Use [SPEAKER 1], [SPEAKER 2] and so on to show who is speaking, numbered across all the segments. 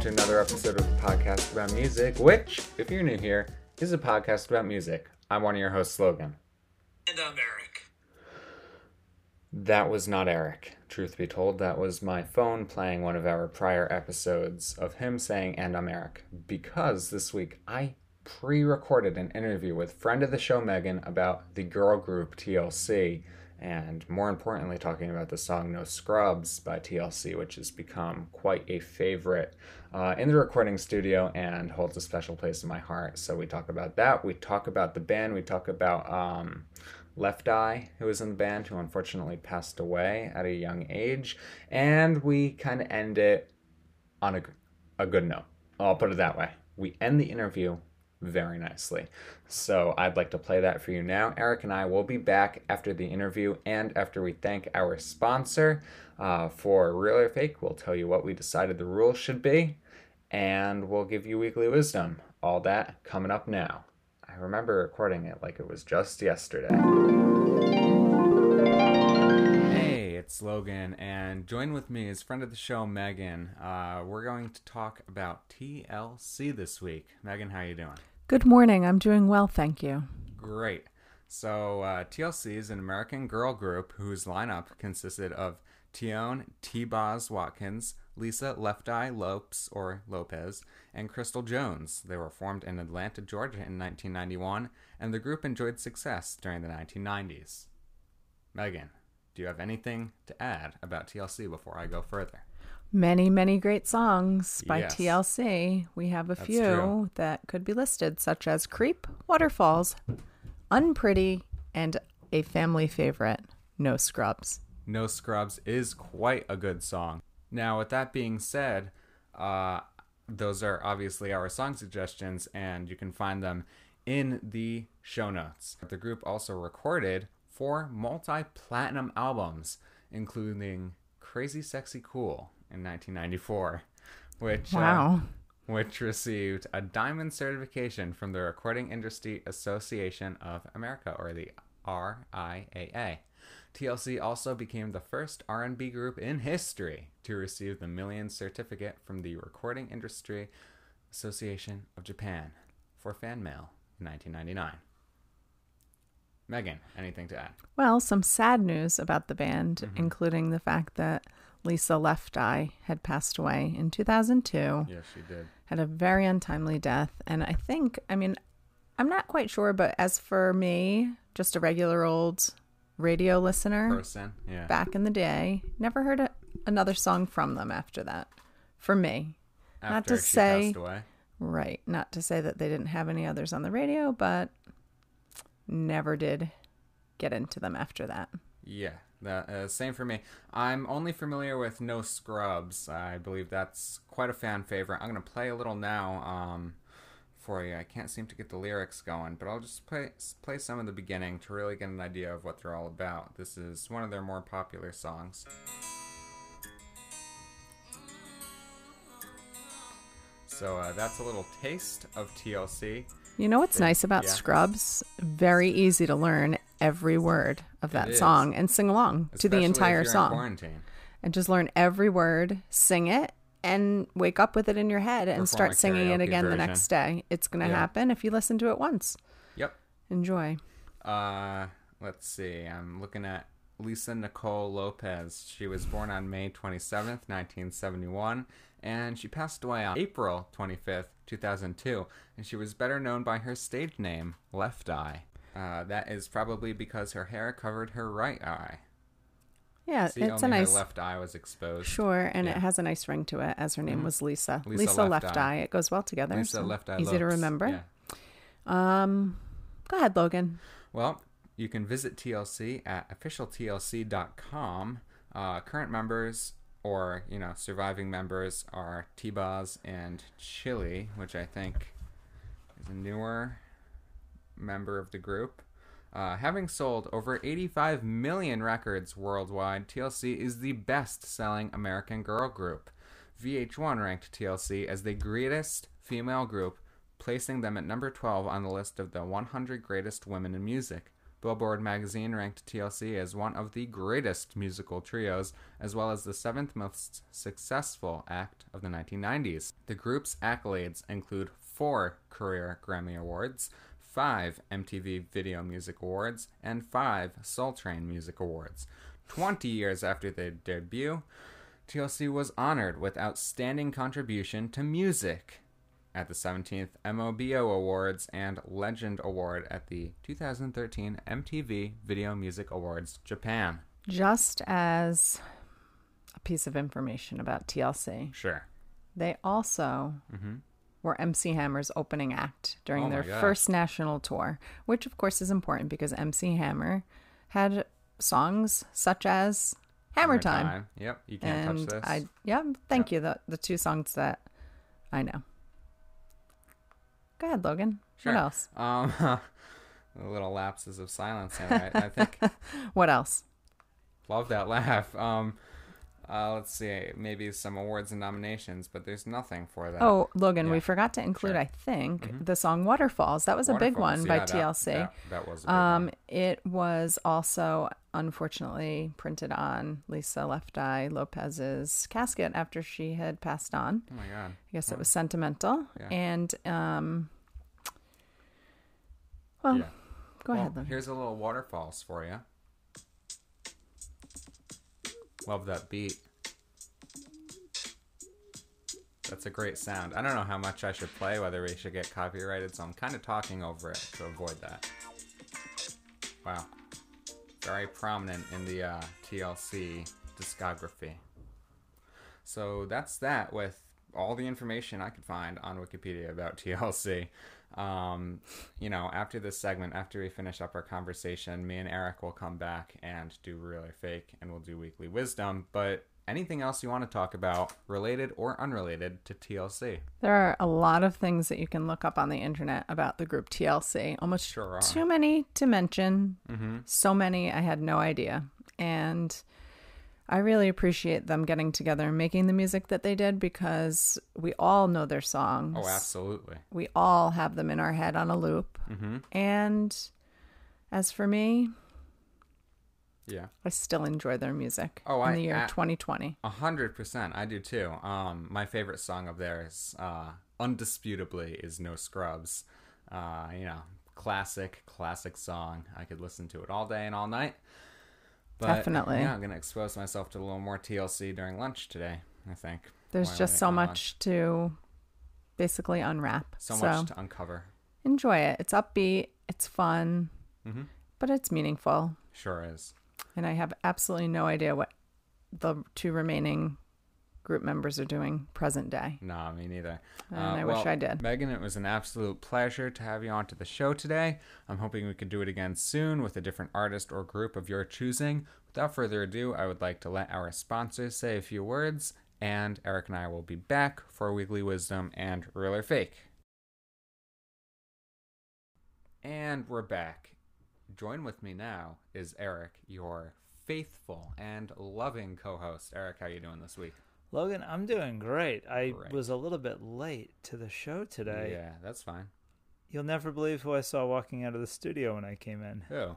[SPEAKER 1] to another episode of the podcast about music, which, if you're new here, is a podcast about music. I'm one of your hosts, Logan.
[SPEAKER 2] And I'm Eric.
[SPEAKER 1] That was not Eric. Truth be told, that was my phone playing one of our prior episodes of him saying, and I'm Eric. Because this week I pre recorded an interview with friend of the show Megan about the girl group TLC, and more importantly, talking about the song No Scrubs by TLC, which has become quite a favorite uh, in the recording studio and holds a special place in my heart. So we talk about that. We talk about the band. We talk about. Um, Left Eye, who was in the band, who unfortunately passed away at a young age. And we kind of end it on a, a good note. I'll put it that way. We end the interview very nicely. So I'd like to play that for you now. Eric and I will be back after the interview and after we thank our sponsor uh, for Real or Fake. We'll tell you what we decided the rules should be and we'll give you weekly wisdom. All that coming up now. I remember recording it like it was just yesterday. Hey, it's Logan, and join with me is friend of the show Megan. Uh, we're going to talk about TLC this week. Megan, how you doing?
[SPEAKER 3] Good morning. I'm doing well, thank you.
[SPEAKER 1] Great. So uh, TLC is an American girl group whose lineup consisted of Tion T. Boz Watkins, Lisa Left Eye Lopes or Lopez, and Crystal Jones. They were formed in Atlanta, Georgia, in 1991, and the group enjoyed success during the 1990s. Megan, do you have anything to add about TLC before I go further?
[SPEAKER 3] Many, many great songs by
[SPEAKER 1] Yes.
[SPEAKER 3] TLC. We have a few
[SPEAKER 1] true.
[SPEAKER 3] that could be listed, such as Creep, Waterfalls, Unpretty, and a family favorite, No Scrubs.
[SPEAKER 1] No Scrubs is quite a good song. Now, with that being said, uh, those are obviously our song suggestions, and you can find them in the show notes. The group also recorded four multi platinum albums, including Crazy Sexy Cool in 1994, which. uh,
[SPEAKER 3] Wow.
[SPEAKER 1] which received a diamond certification from the Recording Industry Association of America or the RIAA. TLC also became the first R&B group in history to receive the Million certificate from the Recording Industry Association of Japan for fan mail in 1999. Megan, anything to add?
[SPEAKER 3] Well, some sad news about the band,
[SPEAKER 1] Mm-hmm.
[SPEAKER 3] including the fact that Lisa Left Eye had passed away in 2002.
[SPEAKER 1] Yes, she did.
[SPEAKER 3] had a very untimely death. And I think, I mean, I'm not quite sure, but as for me, just a regular old radio listener
[SPEAKER 1] Person, yeah.
[SPEAKER 3] back in the day, never heard a, another song from them after that. For me. not to
[SPEAKER 1] she
[SPEAKER 3] say-
[SPEAKER 1] passed away.
[SPEAKER 3] Right. Not to say that they didn't have any others on the radio, but never did get into them after that.
[SPEAKER 1] Yeah, that, uh, same for me. I'm only familiar with No Scrubs. I believe that's quite a fan favorite. I'm gonna play a little now um, for you. I can't seem to get the lyrics going, but I'll just play play some of the beginning to really get an idea of what they're all about. This is one of their more popular songs. So uh, that's a little taste of TLC.
[SPEAKER 3] You know what's nice about
[SPEAKER 1] yeah.
[SPEAKER 3] Scrubs? Very easy to learn every word of that
[SPEAKER 1] is.
[SPEAKER 3] song and sing along to
[SPEAKER 1] especially
[SPEAKER 3] the
[SPEAKER 1] if
[SPEAKER 3] entire
[SPEAKER 1] you're in
[SPEAKER 3] song.
[SPEAKER 1] quarantine.
[SPEAKER 3] and just learn every word, sing it, and wake up with it in your head and
[SPEAKER 1] Perform a
[SPEAKER 3] start singing it
[SPEAKER 1] karaoke
[SPEAKER 3] again the
[SPEAKER 1] version.
[SPEAKER 3] next day. It's going to
[SPEAKER 1] Yeah.
[SPEAKER 3] happen if you listen to it once.
[SPEAKER 1] Yep.
[SPEAKER 3] Enjoy.
[SPEAKER 1] Uh, let's see. I'm looking at Lisa Nicole Lopez. She was born on May 27th, 1971, and she passed away on April 25th, 2002. And she was better known by her stage name, Left Eye. Uh, that is probably because her hair covered her right eye.
[SPEAKER 3] Yeah,
[SPEAKER 1] See,
[SPEAKER 3] it's a
[SPEAKER 1] only
[SPEAKER 3] nice
[SPEAKER 1] her left eye was exposed.
[SPEAKER 3] sure, and
[SPEAKER 1] Yeah. Mm-hmm.
[SPEAKER 3] it has a nice ring to it. As her name was Lisa,
[SPEAKER 1] Lisa
[SPEAKER 3] Lisa,
[SPEAKER 1] Left
[SPEAKER 3] Left,
[SPEAKER 1] Eye.
[SPEAKER 3] Eye. It goes well together.
[SPEAKER 1] Lisa
[SPEAKER 3] so
[SPEAKER 1] Left Eye.
[SPEAKER 3] easy to
[SPEAKER 1] Lopes.
[SPEAKER 3] remember.
[SPEAKER 1] Yeah.
[SPEAKER 3] Um, go ahead, Logan.
[SPEAKER 1] Well, you can visit TLC at officialtlc.com. Uh, current members or, you know, surviving members are T-Boz and Chili, which I think is a newer member of the group. Uh, having sold over 85 million records worldwide, TLC is the best selling American girl group. VH1 ranked TLC as the greatest female group, placing them at number 12 on the list of the 100 greatest women in music, Billboard magazine ranked TLC as one of the greatest musical trios, as well as the seventh most successful act of the 1990s. The group's accolades include four career Grammy Awards, five MTV Video Music Awards, and five Soul Train Music Awards. 20 years after their debut, TLC was honored with Outstanding Contribution to Music at the 17th MOBO Awards and Legend Award at the 2013 MTV Video Music Awards Japan.
[SPEAKER 3] Just as a piece of information about TLC,
[SPEAKER 1] Sure.
[SPEAKER 3] they also were MC Hammer's opening act during
[SPEAKER 1] Mm-hmm. Oh my
[SPEAKER 3] their
[SPEAKER 1] God.
[SPEAKER 3] first national tour, which of course is important because MC Hammer had songs such as Hammer, Time.
[SPEAKER 1] Yep, you can't touch
[SPEAKER 3] And
[SPEAKER 1] this.
[SPEAKER 3] I, yeah, thank you. The, the two songs that I know. Go ahead, Logan.
[SPEAKER 1] Sure.
[SPEAKER 3] What else?
[SPEAKER 1] Um, little lapses of silence. there. I, I think
[SPEAKER 3] What else?
[SPEAKER 1] love that laugh. Um, uh, let's see, maybe some awards and nominations, but there's nothing for that.
[SPEAKER 3] Oh, Logan,
[SPEAKER 1] Uh, yeah. Mm-hmm.
[SPEAKER 3] we forgot to include, I think, the song Waterfalls. That was a big
[SPEAKER 1] Waterfalls,
[SPEAKER 3] one by
[SPEAKER 1] yeah, that-
[SPEAKER 3] TLC.
[SPEAKER 1] That, that was a big
[SPEAKER 3] Um, it was also unfortunately printed on Lisa Left Eye Lopez's casket after she had passed on.
[SPEAKER 1] one. Oh my god.
[SPEAKER 3] I guess it was sentimental.
[SPEAKER 1] Yeah.
[SPEAKER 3] And um, well,
[SPEAKER 1] Yeah.
[SPEAKER 3] go
[SPEAKER 1] Well,
[SPEAKER 3] ahead. Logan.
[SPEAKER 1] here's a little waterfalls for you. Love that beat. That's a great sound. I don't know how much I should play, whether we should get copyrighted, so I'm kind of talking over it to avoid that. Wow. Very prominent in the uh, TLC discography. So that's that with all the information I could find on Wikipedia about TLC. Um, you know, after this segment, after we finish up our conversation, me and Eric will come back and do Real or Fake and we'll do Weekly Wisdom. But anything else you want to talk about, related or unrelated to TLC?
[SPEAKER 3] There are a lot of things that you can look up on the internet about the group TLC. Almost
[SPEAKER 1] Sure are. Mm-hmm.
[SPEAKER 3] too many to mention. So many, I had no idea. And I really appreciate them getting together and making the music that they did because we all know their songs.
[SPEAKER 1] Oh, absolutely.
[SPEAKER 3] We all have them in our head on a loop.
[SPEAKER 1] Mm-hmm.
[SPEAKER 3] And as for me,
[SPEAKER 1] Yeah.
[SPEAKER 3] I still enjoy their music
[SPEAKER 1] Oh,
[SPEAKER 3] in
[SPEAKER 1] I-
[SPEAKER 3] the year
[SPEAKER 1] I-
[SPEAKER 3] 2020.
[SPEAKER 1] A hundred percent, I do too. Um, my favorite song of theirs, uh, undisputably, is "No Scrubs." Uh, you know, classic, classic song. I could listen to it all day and all night. But,
[SPEAKER 3] Definitely.
[SPEAKER 1] Yeah, I'm gonna expose myself to a little more TLC during lunch today. I think
[SPEAKER 3] There's
[SPEAKER 1] While
[SPEAKER 3] just
[SPEAKER 1] I-
[SPEAKER 3] so
[SPEAKER 1] I'm on-
[SPEAKER 3] much to basically unwrap.
[SPEAKER 1] so much to uncover.
[SPEAKER 3] enjoy it. It's upbeat, it's fun,
[SPEAKER 1] Mm-hmm.
[SPEAKER 3] but it's meaningful.
[SPEAKER 1] Sure is.
[SPEAKER 3] And I have absolutely no idea what the two remaining group members are doing present day.
[SPEAKER 1] No, me neither. Uh,
[SPEAKER 3] And I wish I did.
[SPEAKER 1] Megan, it was an absolute pleasure to have you onto the show today. I'm hoping we can do it again soon with a different artist or group of your choosing. Without further ado, I would like to let our sponsors say a few words, and Eric and I will be back for Weekly Wisdom and Real or Fake. And we're back. Join with me now is Eric, your faithful and loving co-host. Eric, how you doing this week?
[SPEAKER 2] Logan, I'm doing great. I
[SPEAKER 1] Great.
[SPEAKER 2] was a little bit late to the show today.
[SPEAKER 1] Yeah, that's fine.
[SPEAKER 2] You'll never believe who I saw walking out of the studio when I came in.
[SPEAKER 1] Oh.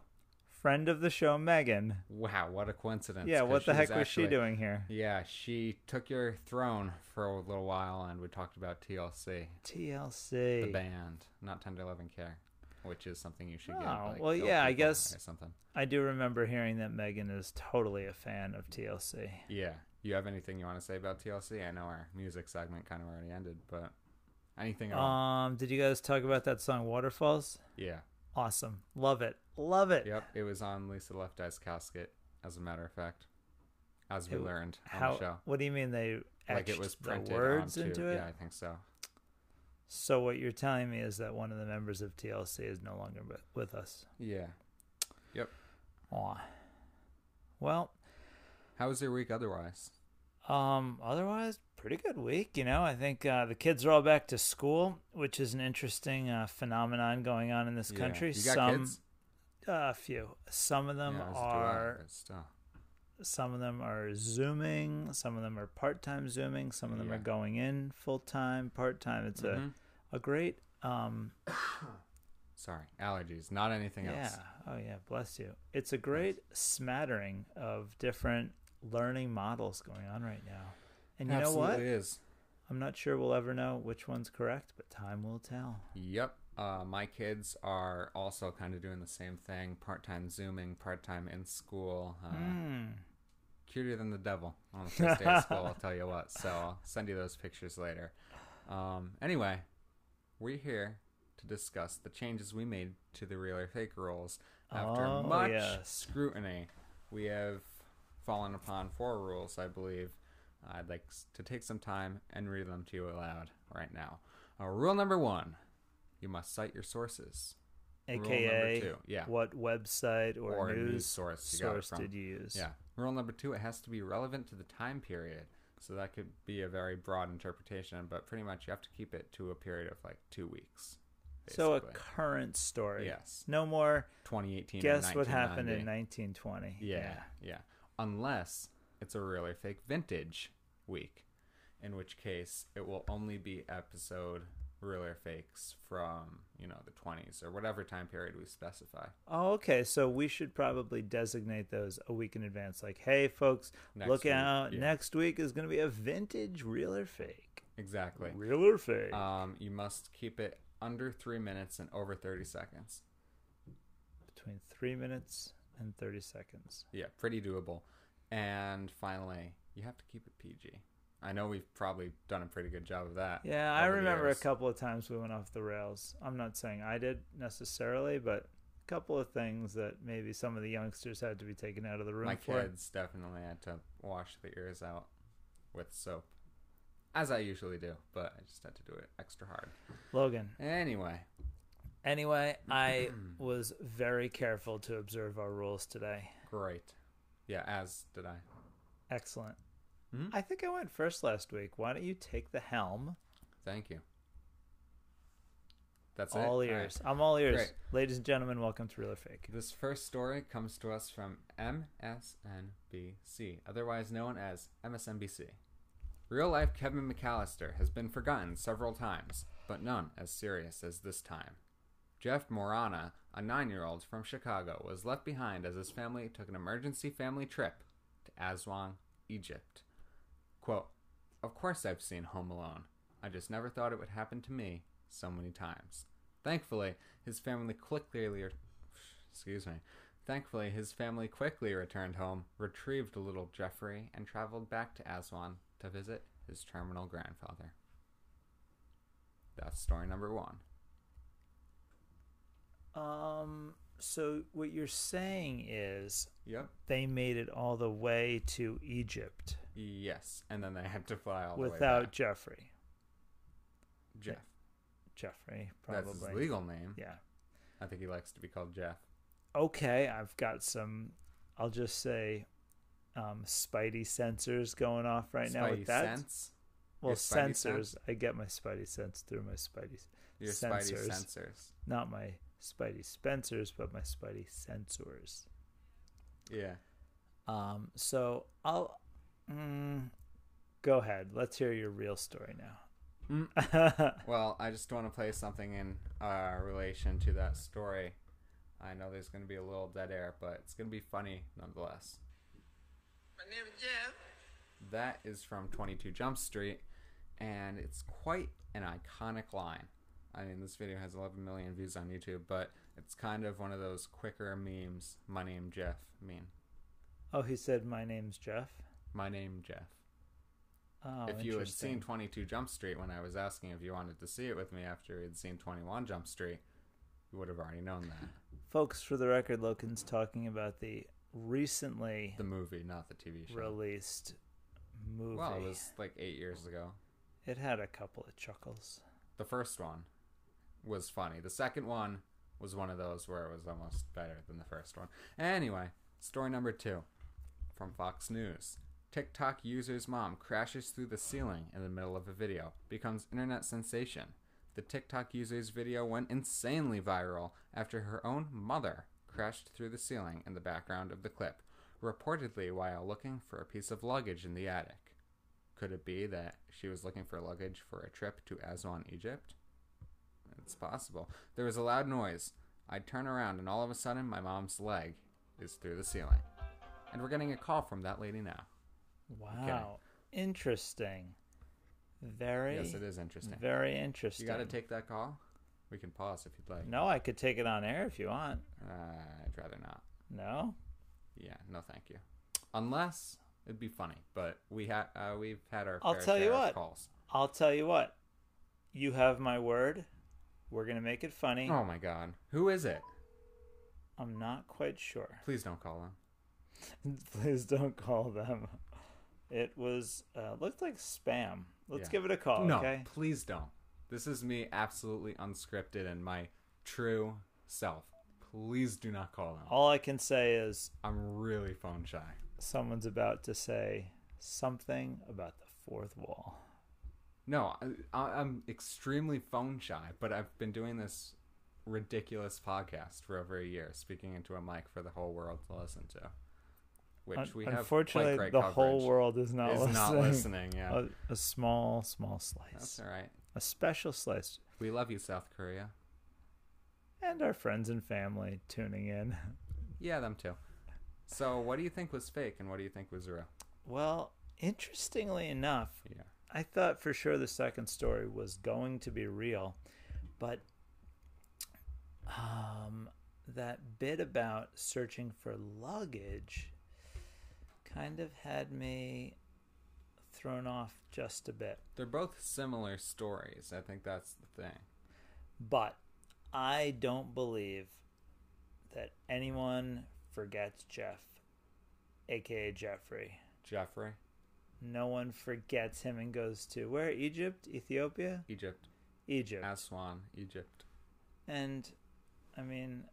[SPEAKER 2] Friend of the show, Megan.
[SPEAKER 1] Wow, what a coincidence.
[SPEAKER 2] yeah,
[SPEAKER 1] 'cause
[SPEAKER 2] what the
[SPEAKER 1] she
[SPEAKER 2] heck was she
[SPEAKER 1] actually-
[SPEAKER 2] doing here?
[SPEAKER 1] Yeah, she took your throne for a little while and we talked about TLC,
[SPEAKER 2] TLC.
[SPEAKER 1] the band, not Tender Loving Care, which is something you should get.
[SPEAKER 2] Oh,
[SPEAKER 1] like,
[SPEAKER 2] well,
[SPEAKER 1] ill
[SPEAKER 2] yeah, I
[SPEAKER 1] people
[SPEAKER 2] guess-
[SPEAKER 1] Or something.
[SPEAKER 2] I do remember hearing that Megan is totally a fan of TLC.
[SPEAKER 1] Yeah. You have anything you want to say about TLC? I know our music segment kind of already ended, but anything at all?
[SPEAKER 2] Um, did you guys talk about that song Waterfalls?
[SPEAKER 1] Yeah.
[SPEAKER 2] Awesome. Love it. Love it.
[SPEAKER 1] Yep. It was on Lisa Left Eye's casket, as a matter of fact, as we
[SPEAKER 2] It-
[SPEAKER 1] learned on
[SPEAKER 2] How
[SPEAKER 1] the show.
[SPEAKER 2] what do you mean they
[SPEAKER 1] Like it
[SPEAKER 2] etched
[SPEAKER 1] was printed
[SPEAKER 2] the words
[SPEAKER 1] onto,
[SPEAKER 2] into it?
[SPEAKER 1] Yeah, I think so.
[SPEAKER 2] So what you're telling me is that one of the members of TLC is no longer with- with us.
[SPEAKER 1] Yeah.
[SPEAKER 2] Aw. Well,
[SPEAKER 1] How was your week otherwise?
[SPEAKER 2] um, otherwise, pretty good week. You know, I think uh, the kids are all back to school, which is an interesting uh, phenomenon going on in this
[SPEAKER 1] Yeah.
[SPEAKER 2] country.
[SPEAKER 1] You got
[SPEAKER 2] some,
[SPEAKER 1] kids?
[SPEAKER 2] uh, a few. Some of them
[SPEAKER 1] Yeah, it was July,
[SPEAKER 2] are.
[SPEAKER 1] but still.
[SPEAKER 2] Some of them are zooming. Some of them are part time zooming. Some of them
[SPEAKER 1] Yeah. Mm-hmm.
[SPEAKER 2] are going in full time, part time. It's
[SPEAKER 1] Mhm.
[SPEAKER 2] a a great um,
[SPEAKER 1] Sorry, allergies, not anything
[SPEAKER 2] Yeah.
[SPEAKER 1] else.
[SPEAKER 2] Oh, yeah. Bless you. It's a great smattering of different learning models going on right now. And you
[SPEAKER 1] Absolutely
[SPEAKER 2] know what?
[SPEAKER 1] is.
[SPEAKER 2] I'm not sure we'll ever know which one's correct, but time will tell.
[SPEAKER 1] Yep. Uh, my kids are also kind of doing the same thing part time Zooming, part time in school. Uh, Cuter than the devil on the first day of school, I'll tell you what. So I'll send you those pictures later. Um, anyway, we're here to discuss the changes we made to the real or fake rules. After
[SPEAKER 2] Oh,
[SPEAKER 1] much
[SPEAKER 2] yes.
[SPEAKER 1] scrutiny, we have fallen upon four rules, I believe. I'd like s- to take some time and read them to you aloud right now. Uh, rule number one you must cite your sources.
[SPEAKER 2] Uh,
[SPEAKER 1] Rule number
[SPEAKER 2] AKA,
[SPEAKER 1] two, yeah.
[SPEAKER 2] what website or,
[SPEAKER 1] Or
[SPEAKER 2] news,
[SPEAKER 1] news source you got it
[SPEAKER 2] source
[SPEAKER 1] from.
[SPEAKER 2] did you use?
[SPEAKER 1] Yeah. Rule number two, it has to be relevant to the time period. So that could be a very broad interpretation, but pretty much you have to keep it to a period of like two weeks.
[SPEAKER 2] So a
[SPEAKER 1] basically.
[SPEAKER 2] current story.
[SPEAKER 1] Yes.
[SPEAKER 2] No more
[SPEAKER 1] 2018. and
[SPEAKER 2] guess what happened
[SPEAKER 1] 1990.
[SPEAKER 2] in 1920.
[SPEAKER 1] Yeah, yeah. Unless it's a really fake vintage week, in which case it will only be episode really fakes from you know the 20s or whatever time period we specify.
[SPEAKER 2] Oh, okay. So we should probably designate those a week in advance. Like, hey, folks,
[SPEAKER 1] Next
[SPEAKER 2] look
[SPEAKER 1] week,
[SPEAKER 2] out.
[SPEAKER 1] yeah.
[SPEAKER 2] Next week is going to be a vintage real or fake.
[SPEAKER 1] Exactly.
[SPEAKER 2] Real or fake.
[SPEAKER 1] Um, you must keep it under three minutes and over 30 seconds.
[SPEAKER 2] Between three minutes and 30 seconds.
[SPEAKER 1] Yeah, pretty doable. And finally, you have to keep it PG. I know we've probably done a pretty good job of that.
[SPEAKER 2] Yeah, I
[SPEAKER 1] over the
[SPEAKER 2] remember a
[SPEAKER 1] years.
[SPEAKER 2] couple of times we went off the rails. I'm not saying I did necessarily, but a couple of things that maybe some of the youngsters had to be taken out of the room
[SPEAKER 1] My
[SPEAKER 2] for.
[SPEAKER 1] kids definitely had to wash the ears out with soap, as I usually do, but I just had to do it extra hard.
[SPEAKER 2] Logan,
[SPEAKER 1] Anyway,
[SPEAKER 2] Anyway, I was very careful to observe our rules today.
[SPEAKER 1] great. Yeah, as did I.
[SPEAKER 2] Excellent. I think I went first last week. Why don't you take the helm?
[SPEAKER 1] Thank you. That's it.
[SPEAKER 2] all
[SPEAKER 1] All right.
[SPEAKER 2] ears. I'm all ears.
[SPEAKER 1] Great.
[SPEAKER 2] Ladies and gentlemen, welcome to Real or Fake.
[SPEAKER 1] This first story comes to us from MSNBC, otherwise known as MSNBC. Real life Kevin McAllister has been forgotten several times, but none as serious as this time. Jeff Morana, a nine year old from Chicago, was left behind as his family took an emergency family trip to Aswan, Egypt. Quote, Of course I've seen Home Alone. I just never thought it would happen to me so many times. Thankfully, his family quickly excuse me. Thankfully, his family quickly returned home, retrieved little Jeffrey, and traveled back to Aswan to visit his terminal grandfather. That's story number one.
[SPEAKER 2] Um, so what you're saying is
[SPEAKER 1] Yep.
[SPEAKER 2] they made it all the way to Egypt
[SPEAKER 1] Yes, and then they had to fly all the way
[SPEAKER 2] without
[SPEAKER 1] back.
[SPEAKER 2] Jeffrey.
[SPEAKER 1] Jeff.
[SPEAKER 2] Jeffrey,
[SPEAKER 1] That's
[SPEAKER 2] probably.
[SPEAKER 1] his legal name.
[SPEAKER 2] Yeah.
[SPEAKER 1] I think he likes to be called Jeff.
[SPEAKER 2] okay, I've got some, I'll just say, um, Spidey sensors going off right now
[SPEAKER 1] Spidey
[SPEAKER 2] with that.
[SPEAKER 1] sense.
[SPEAKER 2] well,
[SPEAKER 1] Your Spidey
[SPEAKER 2] sensors.
[SPEAKER 1] sense?
[SPEAKER 2] I get my Spidey sense through my Spidey
[SPEAKER 1] Your
[SPEAKER 2] sensors,
[SPEAKER 1] Spidey sensors.
[SPEAKER 2] not my Spidey Spencers, but my Spidey sensors.
[SPEAKER 1] Yeah.
[SPEAKER 2] Um, so I'll mm, go ahead. Let's hear your real story now.
[SPEAKER 1] Well, I just want to play something in uh, relation to that story. I know there's going to be a little dead air, but it's going to be funny nonetheless.
[SPEAKER 4] My name is Jeff.
[SPEAKER 1] That is from 22 Jump Street, and it's quite an iconic line. I mean, this video has 11 million views on YouTube, but it's kind of one of those quicker memes. My name Jeff meme.
[SPEAKER 2] Oh, he said, "My name's Jeff."
[SPEAKER 1] My name Jeff.
[SPEAKER 2] Oh,
[SPEAKER 1] if you had
[SPEAKER 2] interesting.
[SPEAKER 1] seen 22 Jump Street when I was asking if you wanted to see it with me after you'd seen 21 Jump Street, you would have already known that.
[SPEAKER 2] folks, for the record, Loken's talking about the recently
[SPEAKER 1] The movie, not the TV show.
[SPEAKER 2] released movie.
[SPEAKER 1] Well, it was like eight years ago.
[SPEAKER 2] It had a couple of chuckles.
[SPEAKER 1] The first one was funny. The second one was one of those where it was almost better than the first one. Anyway, story number two from Fox News. TikTok user's mom crashes through the ceiling in the middle of a video, becomes internet sensation. The TikTok user's video went insanely viral after her own mother crashed through the ceiling in the background of the clip, reportedly while looking for a piece of luggage in the attic. Could it be that she was looking for luggage for a trip to Aswan, Egypt? It's possible. There was a loud noise. I turn around, and all of a sudden, my mom's leg is through the ceiling. And we're getting a call from that lady now.
[SPEAKER 2] Wow. Interesting. Very.
[SPEAKER 1] Yes, it is interesting.
[SPEAKER 2] Very interesting.
[SPEAKER 1] You got to take that call? We can pause if you'd like.
[SPEAKER 2] No, I could take it on air if you want.
[SPEAKER 1] Uh, I'd rather not.
[SPEAKER 2] No.
[SPEAKER 1] Yeah, no, thank you. Unless it'd be funny, but we ha- uh, we've had our
[SPEAKER 2] I'll
[SPEAKER 1] fair
[SPEAKER 2] tell you
[SPEAKER 1] share of
[SPEAKER 2] what.
[SPEAKER 1] calls.
[SPEAKER 2] I'll tell you what. You have my word. We're gonna make it funny.
[SPEAKER 1] Oh my god, who is it?
[SPEAKER 2] I'm not quite sure.
[SPEAKER 1] Please don't call him.
[SPEAKER 2] Please don't call them. It was uh, looked like spam. Let's
[SPEAKER 1] Yeah.
[SPEAKER 2] give it a call.
[SPEAKER 1] no,
[SPEAKER 2] Okay.
[SPEAKER 1] please don't. This is me absolutely unscripted and my true self. Please do not call him.
[SPEAKER 2] All I can say is
[SPEAKER 1] I'm really phone shy.
[SPEAKER 2] someone's about to say something about the fourth wall.
[SPEAKER 1] No, I, I- I'm extremely phone shy, but I've been doing this ridiculous podcast for over a year, speaking into a mic for the whole world to listen to. Which
[SPEAKER 2] Un-
[SPEAKER 1] we have
[SPEAKER 2] unfortunately,
[SPEAKER 1] quite great
[SPEAKER 2] the whole
[SPEAKER 1] coverage.
[SPEAKER 2] world is not
[SPEAKER 1] is
[SPEAKER 2] listening. Oh,
[SPEAKER 1] not listening. Yeah,
[SPEAKER 2] A, a small, small
[SPEAKER 1] that's
[SPEAKER 2] slice.
[SPEAKER 1] all right.
[SPEAKER 2] A special slice.
[SPEAKER 1] We love you, South Korea.
[SPEAKER 2] And our friends and family tuning in.
[SPEAKER 1] Yeah, them too. So, what do you think was fake and what do you think was real?
[SPEAKER 2] Well, interestingly enough,
[SPEAKER 1] Yeah,
[SPEAKER 2] I thought for sure the second story was going to be real, but um, that bit about searching for luggage kind of had me thrown off just a bit.
[SPEAKER 1] they're both similar stories. I think that's the thing.
[SPEAKER 2] But I don't believe that anyone forgets Jeff, aka Jeffrey.
[SPEAKER 1] Jeffrey,
[SPEAKER 2] No one forgets him and goes to where? Egypt? Ethiopia?
[SPEAKER 1] Egypt,
[SPEAKER 2] Egypt.
[SPEAKER 1] Aswan, Egypt.
[SPEAKER 2] And I mean,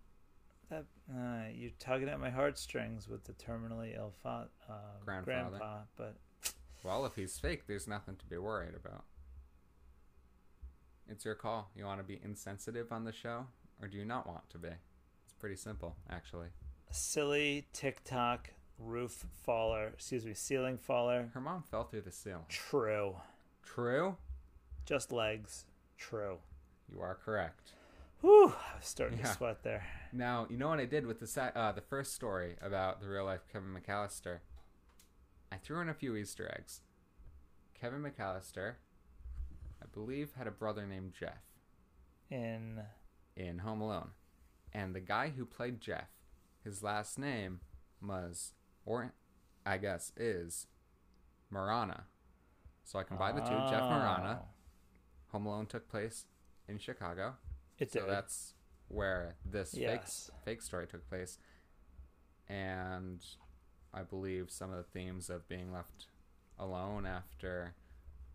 [SPEAKER 2] that uh, you're tugging at my heartstrings with the terminally ill fa- uh,
[SPEAKER 1] Grandfather.
[SPEAKER 2] grandpa, but
[SPEAKER 1] Well, if he's fake, there's nothing to be worried about. It's your call. You want to be insensitive on the show, or do you not want to be? It's pretty simple, actually.
[SPEAKER 2] silly TikTok roof faller, excuse me, ceiling faller.
[SPEAKER 1] Her mom fell through the ceiling.
[SPEAKER 2] True.
[SPEAKER 1] True?
[SPEAKER 2] Just legs. True.
[SPEAKER 1] You are correct.
[SPEAKER 2] Whew, I was starting to
[SPEAKER 1] Yeah.
[SPEAKER 2] sweat there.
[SPEAKER 1] Now you know what I did with the sa- uh, the first story about the real life Kevin McAllister. I threw in a few Easter eggs. Kevin McAllister, I believe, had a brother named Jeff
[SPEAKER 2] In
[SPEAKER 1] in Home Alone, and the guy who played Jeff, his last name was, or I guess is, Marana. So I combined the two. Jeff Marana.
[SPEAKER 2] Oh,
[SPEAKER 1] Home Alone took place in Chicago.
[SPEAKER 2] It
[SPEAKER 1] So
[SPEAKER 2] did.
[SPEAKER 1] that's where this
[SPEAKER 2] Yes.
[SPEAKER 1] fake, fake story took place. And I believe some of the themes of being left alone after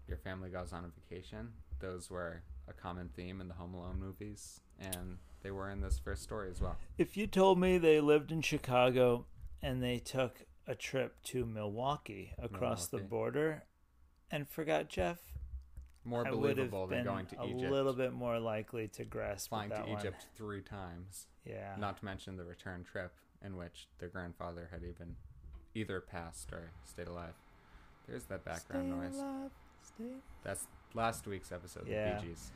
[SPEAKER 1] your family goes on a vacation, those were a common theme in the Home Alone movies. And they were in this first story as well.
[SPEAKER 2] If you told me they lived in Chicago and they took a trip to Milwaukee across the
[SPEAKER 1] Milwaukee.
[SPEAKER 2] border and forgot Jeff,
[SPEAKER 1] More
[SPEAKER 2] I would have
[SPEAKER 1] believable
[SPEAKER 2] been
[SPEAKER 1] than going to
[SPEAKER 2] a
[SPEAKER 1] Egypt.
[SPEAKER 2] little bit more likely to grasp
[SPEAKER 1] flying
[SPEAKER 2] that
[SPEAKER 1] to
[SPEAKER 2] one.
[SPEAKER 1] Egypt three times.
[SPEAKER 2] Yeah.
[SPEAKER 1] Not to mention the return trip in which their grandfather had even either passed or stayed alive. There's that background
[SPEAKER 2] Stay
[SPEAKER 1] noise.
[SPEAKER 2] alive, stay-
[SPEAKER 1] That's last week's episode
[SPEAKER 2] Yeah.
[SPEAKER 1] of Bee Gees.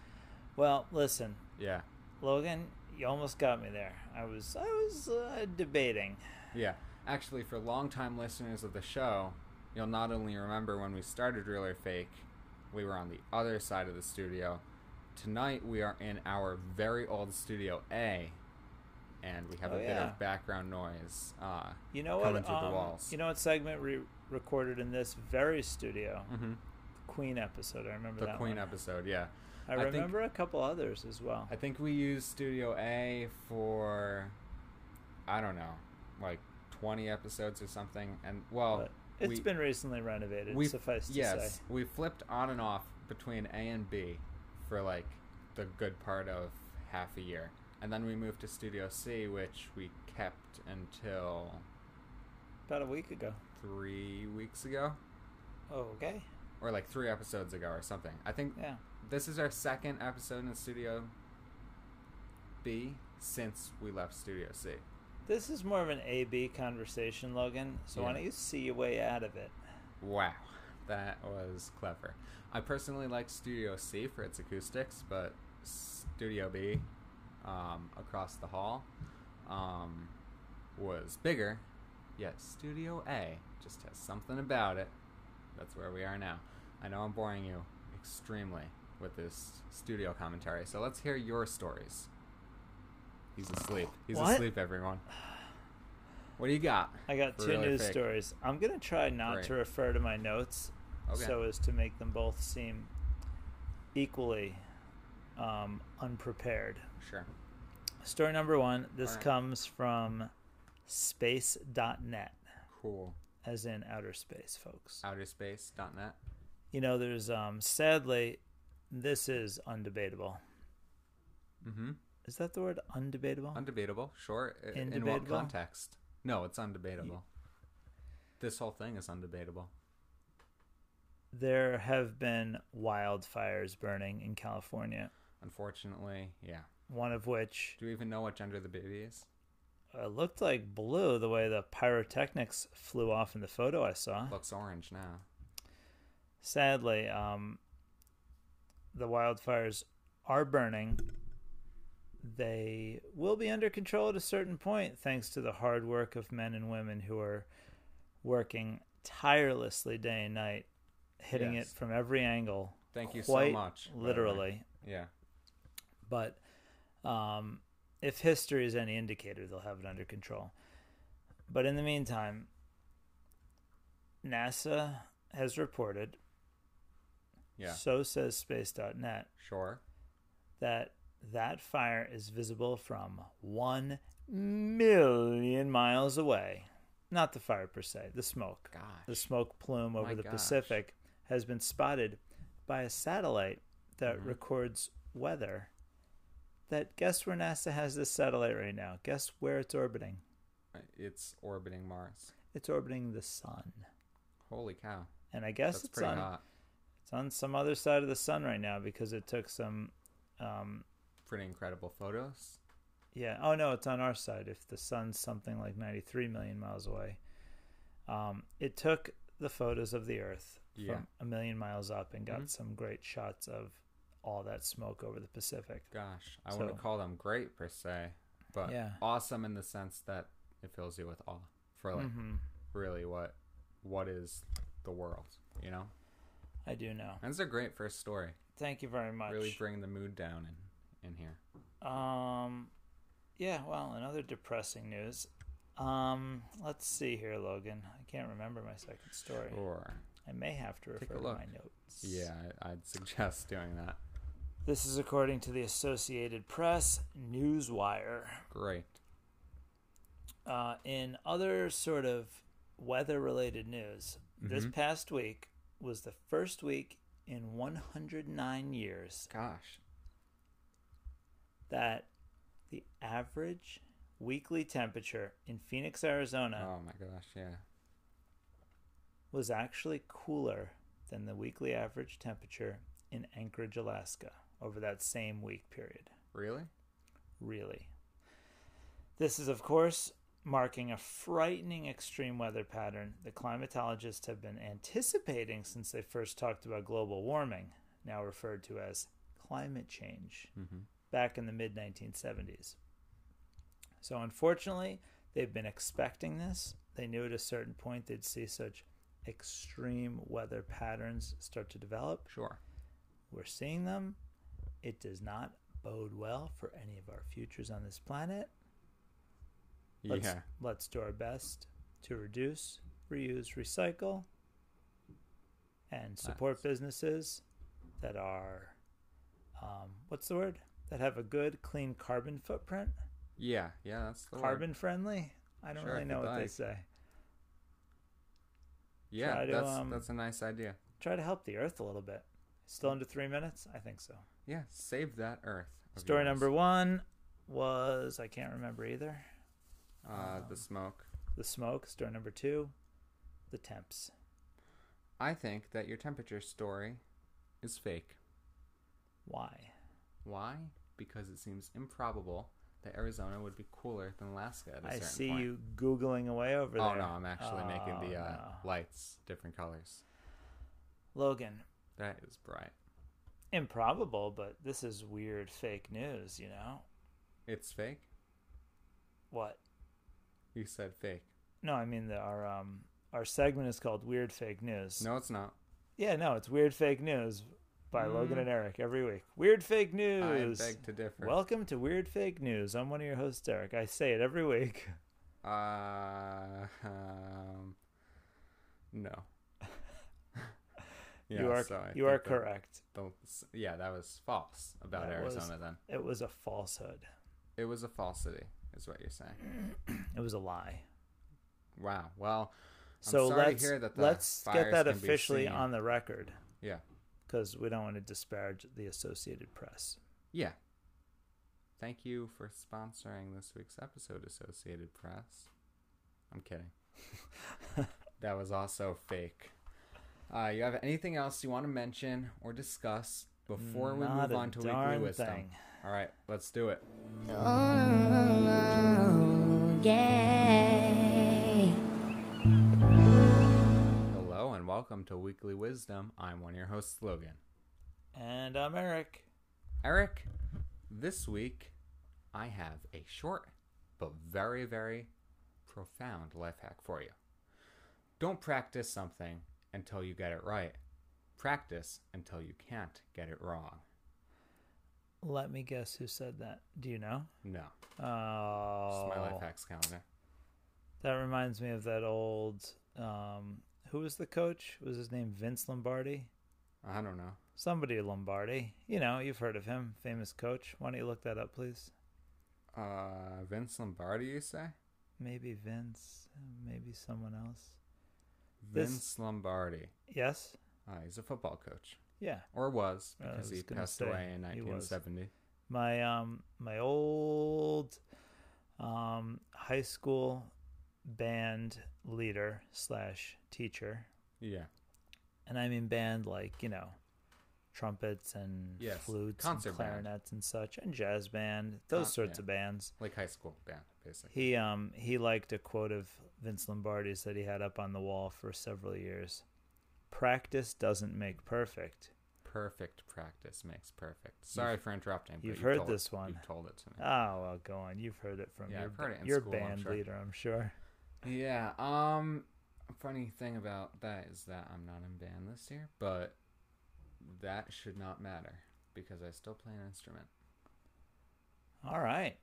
[SPEAKER 2] Well, listen,
[SPEAKER 1] Yeah.
[SPEAKER 2] Logan, you almost got me there. I was, I was uh, debating.
[SPEAKER 1] Yeah. Actually, for longtime listeners of the show, you'll not only remember when we started Real or Fake, we were on the other side of the studio. Tonight, we are in our very old Studio A, and we have
[SPEAKER 2] Oh,
[SPEAKER 1] a bit
[SPEAKER 2] yeah.
[SPEAKER 1] of background noise. Uh,
[SPEAKER 2] You know
[SPEAKER 1] Coming
[SPEAKER 2] what?
[SPEAKER 1] through the
[SPEAKER 2] um,
[SPEAKER 1] walls.
[SPEAKER 2] You know what segment we recorded in this very studio?
[SPEAKER 1] mhm.
[SPEAKER 2] The Queen episode. I remember
[SPEAKER 1] The
[SPEAKER 2] that
[SPEAKER 1] Queen
[SPEAKER 2] one.
[SPEAKER 1] episode, yeah. I
[SPEAKER 2] I
[SPEAKER 1] think-
[SPEAKER 2] remember a couple others as well.
[SPEAKER 1] I think we used Studio A for, I don't know, like 20 episodes or something. And, well,
[SPEAKER 2] but
[SPEAKER 1] it's
[SPEAKER 2] it's been recently renovated. suffice to
[SPEAKER 1] Oh, yes,
[SPEAKER 2] say,
[SPEAKER 1] we flipped on and off between A and B for like the good part of half a year, and then we moved to Studio C, which we kept until
[SPEAKER 2] about a week ago.
[SPEAKER 1] three weeks ago,
[SPEAKER 2] Oh, okay.
[SPEAKER 1] or like three episodes ago, or something. I think
[SPEAKER 2] Yeah.
[SPEAKER 1] this is our second episode in Studio B since we left Studio C.
[SPEAKER 2] This is more of an A B conversation, Logan. So why
[SPEAKER 1] Yeah.
[SPEAKER 2] don't you see your way out of it?
[SPEAKER 1] Wow, that was clever. I personally like Studio C for its acoustics, but Studio B um, across the hall um, was bigger, yet Studio A just has something about it. That's where we are now. I know I'm boring you extremely with this studio commentary, so let's hear your stories. He's asleep. He's
[SPEAKER 2] What?
[SPEAKER 1] asleep, everyone. What do you got?
[SPEAKER 2] I got
[SPEAKER 1] for
[SPEAKER 2] two
[SPEAKER 1] really
[SPEAKER 2] news
[SPEAKER 1] fake?
[SPEAKER 2] stories. I'm going to try not
[SPEAKER 1] Great.
[SPEAKER 2] to refer to my notes
[SPEAKER 1] Okay.
[SPEAKER 2] so as to make them both seem equally um, unprepared.
[SPEAKER 1] Sure.
[SPEAKER 2] Story number one this
[SPEAKER 1] Alright.
[SPEAKER 2] comes from space.net,
[SPEAKER 1] Cool.
[SPEAKER 2] as in outer space, folks.
[SPEAKER 1] Outerspace.net.
[SPEAKER 2] You know, there's um, sadly, this is undebatable.
[SPEAKER 1] Mm-hmm.
[SPEAKER 2] Is that the word undebatable?
[SPEAKER 1] Undebatable. Sure. I- In what
[SPEAKER 2] Indebatable?
[SPEAKER 1] context? No, it's undebatable. This whole thing is undebatable.
[SPEAKER 2] there have been wildfires burning in California,
[SPEAKER 1] Unfortunately, yeah.
[SPEAKER 2] one of which
[SPEAKER 1] Do we even know what gender the baby is?
[SPEAKER 2] uh, looked like blue the way the pyrotechnics flew off in the photo I saw.
[SPEAKER 1] Looks orange now.
[SPEAKER 2] Sadly, um, the wildfires are burning. They will be under control at a certain point thanks to the hard work of men and women who are working tirelessly day and night, hitting
[SPEAKER 1] Yes.
[SPEAKER 2] it from every angle.
[SPEAKER 1] Thank you so
[SPEAKER 2] quite
[SPEAKER 1] much, by the way.
[SPEAKER 2] Literally.
[SPEAKER 1] Yeah.
[SPEAKER 2] but um, if history is any indicator, they'll have it under control. But in the meantime, NASA has reported,
[SPEAKER 1] Yeah.
[SPEAKER 2] so says space.net,
[SPEAKER 1] Sure.
[SPEAKER 2] that that fire is visible from 1 million miles away. Not the fire per se, the smoke. The
[SPEAKER 1] Gosh.
[SPEAKER 2] smoke plume over
[SPEAKER 1] My
[SPEAKER 2] the
[SPEAKER 1] gosh.
[SPEAKER 2] Pacific has been spotted by a satellite that
[SPEAKER 1] Mm-hmm.
[SPEAKER 2] records weather. That guess where NASA has this satellite right now? Guess where it's orbiting?
[SPEAKER 1] It's orbiting Mars.
[SPEAKER 2] It's orbiting the sun.
[SPEAKER 1] Holy cow.
[SPEAKER 2] And I guess
[SPEAKER 1] That's
[SPEAKER 2] it's
[SPEAKER 1] pretty
[SPEAKER 2] on
[SPEAKER 1] hot.
[SPEAKER 2] it's on some other side of the sun right now because it took some um
[SPEAKER 1] Pretty incredible photos.
[SPEAKER 2] yeah, oh no, it's on our side if the sun's something like 93 million miles away. Um it took the photos of the earth
[SPEAKER 1] Yeah.
[SPEAKER 2] from a million miles up and got
[SPEAKER 1] Mhm.
[SPEAKER 2] some great shots of all that smoke over the Pacific.
[SPEAKER 1] Gosh. I wouldn't
[SPEAKER 2] So-
[SPEAKER 1] call them great per se, but
[SPEAKER 2] Yeah.
[SPEAKER 1] awesome in the sense that it fills you with awe for like
[SPEAKER 2] Mhm.
[SPEAKER 1] really what what is the world, you know?
[SPEAKER 2] I do know.
[SPEAKER 1] And it's a great first story.
[SPEAKER 2] Thank you very much.
[SPEAKER 1] Really bring the mood down in, in here.
[SPEAKER 2] Um, yeah. Well, another depressing news. Um, let's see here, Logan. I can't remember my second story.
[SPEAKER 1] Or
[SPEAKER 2] I may have to
[SPEAKER 1] Take a
[SPEAKER 2] refer to
[SPEAKER 1] look.
[SPEAKER 2] my notes.
[SPEAKER 1] yeah, I, I'd suggest doing that.
[SPEAKER 2] This is according to the Associated Press Newswire.
[SPEAKER 1] Great.
[SPEAKER 2] Uh, in other sort of weather-related news, this past week was the first week in 109 years
[SPEAKER 1] Gosh.
[SPEAKER 2] that the average weekly temperature in Phoenix, Arizona.
[SPEAKER 1] Oh my gosh, yeah.
[SPEAKER 2] was actually cooler than the weekly average temperature in Anchorage, Alaska over that same week period.
[SPEAKER 1] Really?
[SPEAKER 2] Really. This is, of course, marking a frightening extreme weather pattern that climatologists have been anticipating since they first talked about global warming, now referred to as climate change,
[SPEAKER 1] Mm-hmm.
[SPEAKER 2] back in the mid 1970s. So, unfortunately, they've been expecting this. They knew at a certain point they'd see such extreme weather patterns start to develop.
[SPEAKER 1] Sure.
[SPEAKER 2] We're seeing them. It does not bode well for any of our futures on this planet. Let's,
[SPEAKER 1] yeah.
[SPEAKER 2] let's do our best to reduce, reuse, recycle, and support businesses that are, um, what's the word? That have a good, clean carbon footprint,
[SPEAKER 1] Yeah, yeah, that's the word.
[SPEAKER 2] carbon friendly. I don't
[SPEAKER 1] Sure,
[SPEAKER 2] really
[SPEAKER 1] if
[SPEAKER 2] know
[SPEAKER 1] you'd
[SPEAKER 2] what they
[SPEAKER 1] like.
[SPEAKER 2] say.
[SPEAKER 1] Yeah,
[SPEAKER 2] Try to,
[SPEAKER 1] that's
[SPEAKER 2] um,
[SPEAKER 1] that's a nice idea.
[SPEAKER 2] Try to help the earth a little bit. Still under three minutes? I think so.
[SPEAKER 1] Yeah, save that Earth. of
[SPEAKER 2] Story
[SPEAKER 1] yours.
[SPEAKER 2] number one was I can't remember either. Um,
[SPEAKER 1] Uh, the smoke.
[SPEAKER 2] The smoke. Story number two, the temps.
[SPEAKER 1] I think that your temperature story is fake.
[SPEAKER 2] Why?
[SPEAKER 1] Why? Because it seems improbable that Arizona would be cooler than Alaska. At a
[SPEAKER 2] I
[SPEAKER 1] certain
[SPEAKER 2] see
[SPEAKER 1] point.
[SPEAKER 2] you googling away over
[SPEAKER 1] Oh
[SPEAKER 2] there.
[SPEAKER 1] no, I'm actually making the
[SPEAKER 2] Oh,
[SPEAKER 1] uh,
[SPEAKER 2] no.
[SPEAKER 1] lights different colors.
[SPEAKER 2] Logan.
[SPEAKER 1] That is bright.
[SPEAKER 2] improbable, but this is weird fake news, you know?
[SPEAKER 1] It's fake.
[SPEAKER 2] What?
[SPEAKER 1] You said fake.
[SPEAKER 2] No, I mean the, our um our segment is called Weird Fake News.
[SPEAKER 1] No, Mm. it's not.
[SPEAKER 2] Yeah, no, it's Weird Fake News by Logan and Eric every week. Weird Fake News.
[SPEAKER 1] I beg to differ.
[SPEAKER 2] Welcome to Weird Fake News. I'm one of your hosts, Eric. I say it every week.
[SPEAKER 1] Uh, um, no.
[SPEAKER 2] you are
[SPEAKER 1] so I
[SPEAKER 2] you are
[SPEAKER 1] think that-
[SPEAKER 2] correct.
[SPEAKER 1] the- yeah, that was false about
[SPEAKER 2] That was-
[SPEAKER 1] Arizona then.
[SPEAKER 2] It was a falsehood.
[SPEAKER 1] It was a falsity, is what you're saying.
[SPEAKER 2] It was a lie.
[SPEAKER 1] Wow. Well, I'm
[SPEAKER 2] So
[SPEAKER 1] sorry
[SPEAKER 2] let's
[SPEAKER 1] to hear that the
[SPEAKER 2] let's get
[SPEAKER 1] fires
[SPEAKER 2] that
[SPEAKER 1] can be
[SPEAKER 2] officially
[SPEAKER 1] seen.
[SPEAKER 2] on the record
[SPEAKER 1] Yeah.
[SPEAKER 2] because we don't want to disparage the Associated Press.
[SPEAKER 1] Yeah. Thank you for sponsoring this week's episode, Associated Press. I'm kidding. that was also fake. Uh, you have anything else you want to mention or discuss before we
[SPEAKER 2] Not
[SPEAKER 1] move
[SPEAKER 2] a
[SPEAKER 1] on to weekly
[SPEAKER 2] darn
[SPEAKER 1] wisdom?
[SPEAKER 2] thing.
[SPEAKER 1] All right, let's do it. Hello and welcome to Weekly Wisdom. I'm one of your hosts, Logan.
[SPEAKER 2] And I'm Eric.
[SPEAKER 1] Eric, this week I have a short but very, very profound life hack for you. Don't practice something until you get it right. Practice until you can't get it wrong.
[SPEAKER 2] Let me guess who said that. Do you know?
[SPEAKER 1] No.
[SPEAKER 2] Oh,
[SPEAKER 1] This is my life hacks calendar.
[SPEAKER 2] that reminds me of that old. Um, who was the coach? Was his name Vince Lombardi?
[SPEAKER 1] I don't know.
[SPEAKER 2] Somebody Lombardi. You know, you've heard of him, famous coach. Why don't you look that up, please?
[SPEAKER 1] Uh, Vince Lombardi, you say?
[SPEAKER 2] Maybe Vince. Maybe someone else. This-
[SPEAKER 1] Vince Lombardi.
[SPEAKER 2] Yes.
[SPEAKER 1] Uh, he's a football coach.
[SPEAKER 2] Yeah.
[SPEAKER 1] Or was,
[SPEAKER 2] Uh, I
[SPEAKER 1] because
[SPEAKER 2] was
[SPEAKER 1] he
[SPEAKER 2] gonna
[SPEAKER 1] passed
[SPEAKER 2] say
[SPEAKER 1] away in
[SPEAKER 2] he was.
[SPEAKER 1] 1970.
[SPEAKER 2] my um my old um high school band leader slash teacher
[SPEAKER 1] Yeah.
[SPEAKER 2] and i mean band like you know trumpets and
[SPEAKER 1] Yes,
[SPEAKER 2] flutes
[SPEAKER 1] concert
[SPEAKER 2] and
[SPEAKER 1] band.
[SPEAKER 2] clarinets and such and jazz band those
[SPEAKER 1] Con-
[SPEAKER 2] sorts
[SPEAKER 1] yeah.
[SPEAKER 2] of bands
[SPEAKER 1] Like high school band, basically.
[SPEAKER 2] he um he liked a quote of vince lombardi's that he had up on the wall for several years practice doesn't make perfect
[SPEAKER 1] Perfect practice makes perfect. Sorry for interrupting. but
[SPEAKER 2] you've heard
[SPEAKER 1] told it-
[SPEAKER 2] this one.
[SPEAKER 1] You've told it to me.
[SPEAKER 2] oh well go on you've heard it from
[SPEAKER 1] Yeah,
[SPEAKER 2] your,
[SPEAKER 1] I've heard it in
[SPEAKER 2] your
[SPEAKER 1] school, I'm
[SPEAKER 2] band
[SPEAKER 1] sure.
[SPEAKER 2] leader i'm sure
[SPEAKER 1] yeah. Um. Funny thing about that is that I'm not in band this year, but that should not matter because I still play an instrument.
[SPEAKER 2] All right.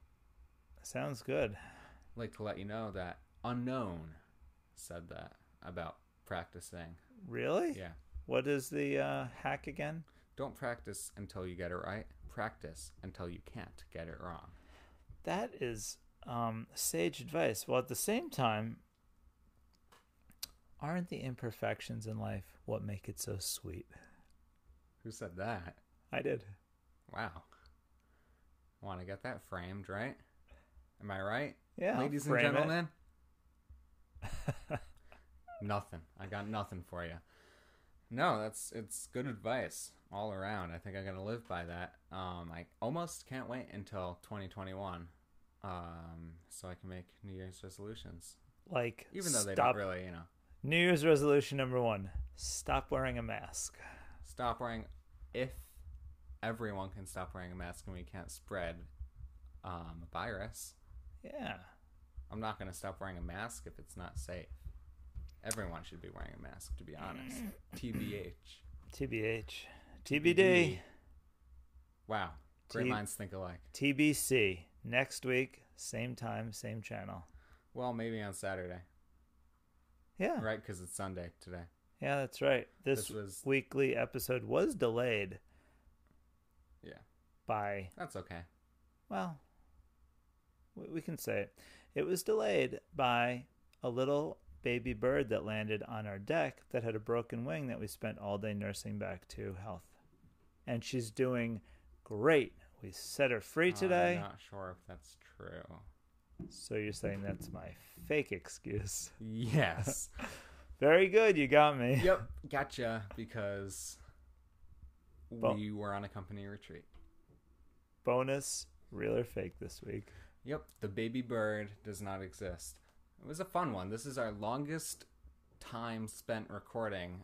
[SPEAKER 2] Sounds good.
[SPEAKER 1] I'd like to let you know that unknown said that about practicing.
[SPEAKER 2] Really?
[SPEAKER 1] Yeah.
[SPEAKER 2] What is the uh, hack again?
[SPEAKER 1] Don't practice until you get it right. Practice until you can't get it wrong.
[SPEAKER 2] That is um, sage advice. Well, at the same time, aren't the imperfections in life what make it so sweet?
[SPEAKER 1] Who said that?
[SPEAKER 2] I did.
[SPEAKER 1] Wow. Want to get that framed, right? Am I right?
[SPEAKER 2] Yeah,
[SPEAKER 1] Ladies and
[SPEAKER 2] frame it.
[SPEAKER 1] gentlemen. nothing. I got nothing for you. No, that's it's good advice all around. I think I'm gonna live by that. Um, I almost can't wait until 2021, um, so I can make New Year's resolutions.
[SPEAKER 2] Like,
[SPEAKER 1] Even though they
[SPEAKER 2] stop.
[SPEAKER 1] don't really, you know,
[SPEAKER 2] New Year's resolution number one stop wearing a mask.
[SPEAKER 1] stop wearing. If everyone can stop wearing a mask and we can't spread um, a virus,
[SPEAKER 2] Yeah.
[SPEAKER 1] I'm not going to stop wearing a mask if it's not safe. Everyone should be wearing a mask, to be honest. TBH.
[SPEAKER 2] TBH. TBD.
[SPEAKER 1] Wow. Great
[SPEAKER 2] T-
[SPEAKER 1] minds think alike.
[SPEAKER 2] TBC. Next week, same time, same channel.
[SPEAKER 1] Well, maybe on Saturday,
[SPEAKER 2] Yeah.
[SPEAKER 1] right? Because it's Sunday today.
[SPEAKER 2] Yeah, that's right. This,
[SPEAKER 1] This was-
[SPEAKER 2] weekly episode was delayed
[SPEAKER 1] Yeah.
[SPEAKER 2] by,
[SPEAKER 1] That's okay.
[SPEAKER 2] well, we, we can say it. It was delayed by a little baby bird that landed on our deck that had a broken wing that we spent all day nursing back to health. And she's doing great. We set her free today.
[SPEAKER 1] Uh, I'm not sure if that's true.
[SPEAKER 2] So you're saying that's my fake excuse.
[SPEAKER 1] Yes.
[SPEAKER 2] Very good. You got me.
[SPEAKER 1] yep. Gotcha. Because
[SPEAKER 2] Well-
[SPEAKER 1] we were on a company retreat.
[SPEAKER 2] Bonus real or fake this week.
[SPEAKER 1] Yep, the baby bird does not exist. It was a fun one. This is our longest time spent recording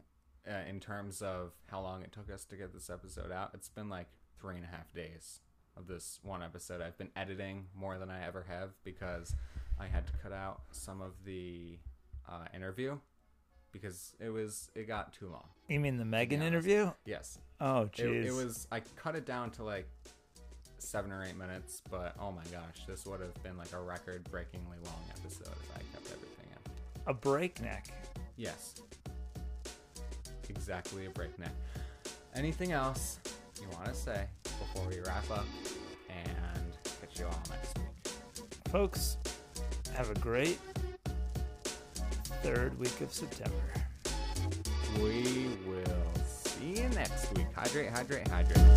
[SPEAKER 1] uh, in terms of how long it took us to get this episode out. It's been like three and a half days of this one episode. I've been editing more than I ever have because I had to cut out some of the uh, interview because it was it got too long.
[SPEAKER 2] You mean the Megan
[SPEAKER 1] Yeah.
[SPEAKER 2] interview?
[SPEAKER 1] Yes,
[SPEAKER 2] Oh,
[SPEAKER 1] it,
[SPEAKER 2] jeez.
[SPEAKER 1] it was. I cut it down to like seven or eight minutes, but oh my gosh, this would have been like a record-breakingly long episode if I kept everything in.
[SPEAKER 2] a breakneck.
[SPEAKER 1] Yes. Exactly a breakneck. Anything else you want to say before we wrap up and catch you all next week?
[SPEAKER 2] Folks, have a great third week of September.
[SPEAKER 1] We will see you next week. Hydrate, hydrate, hydrate.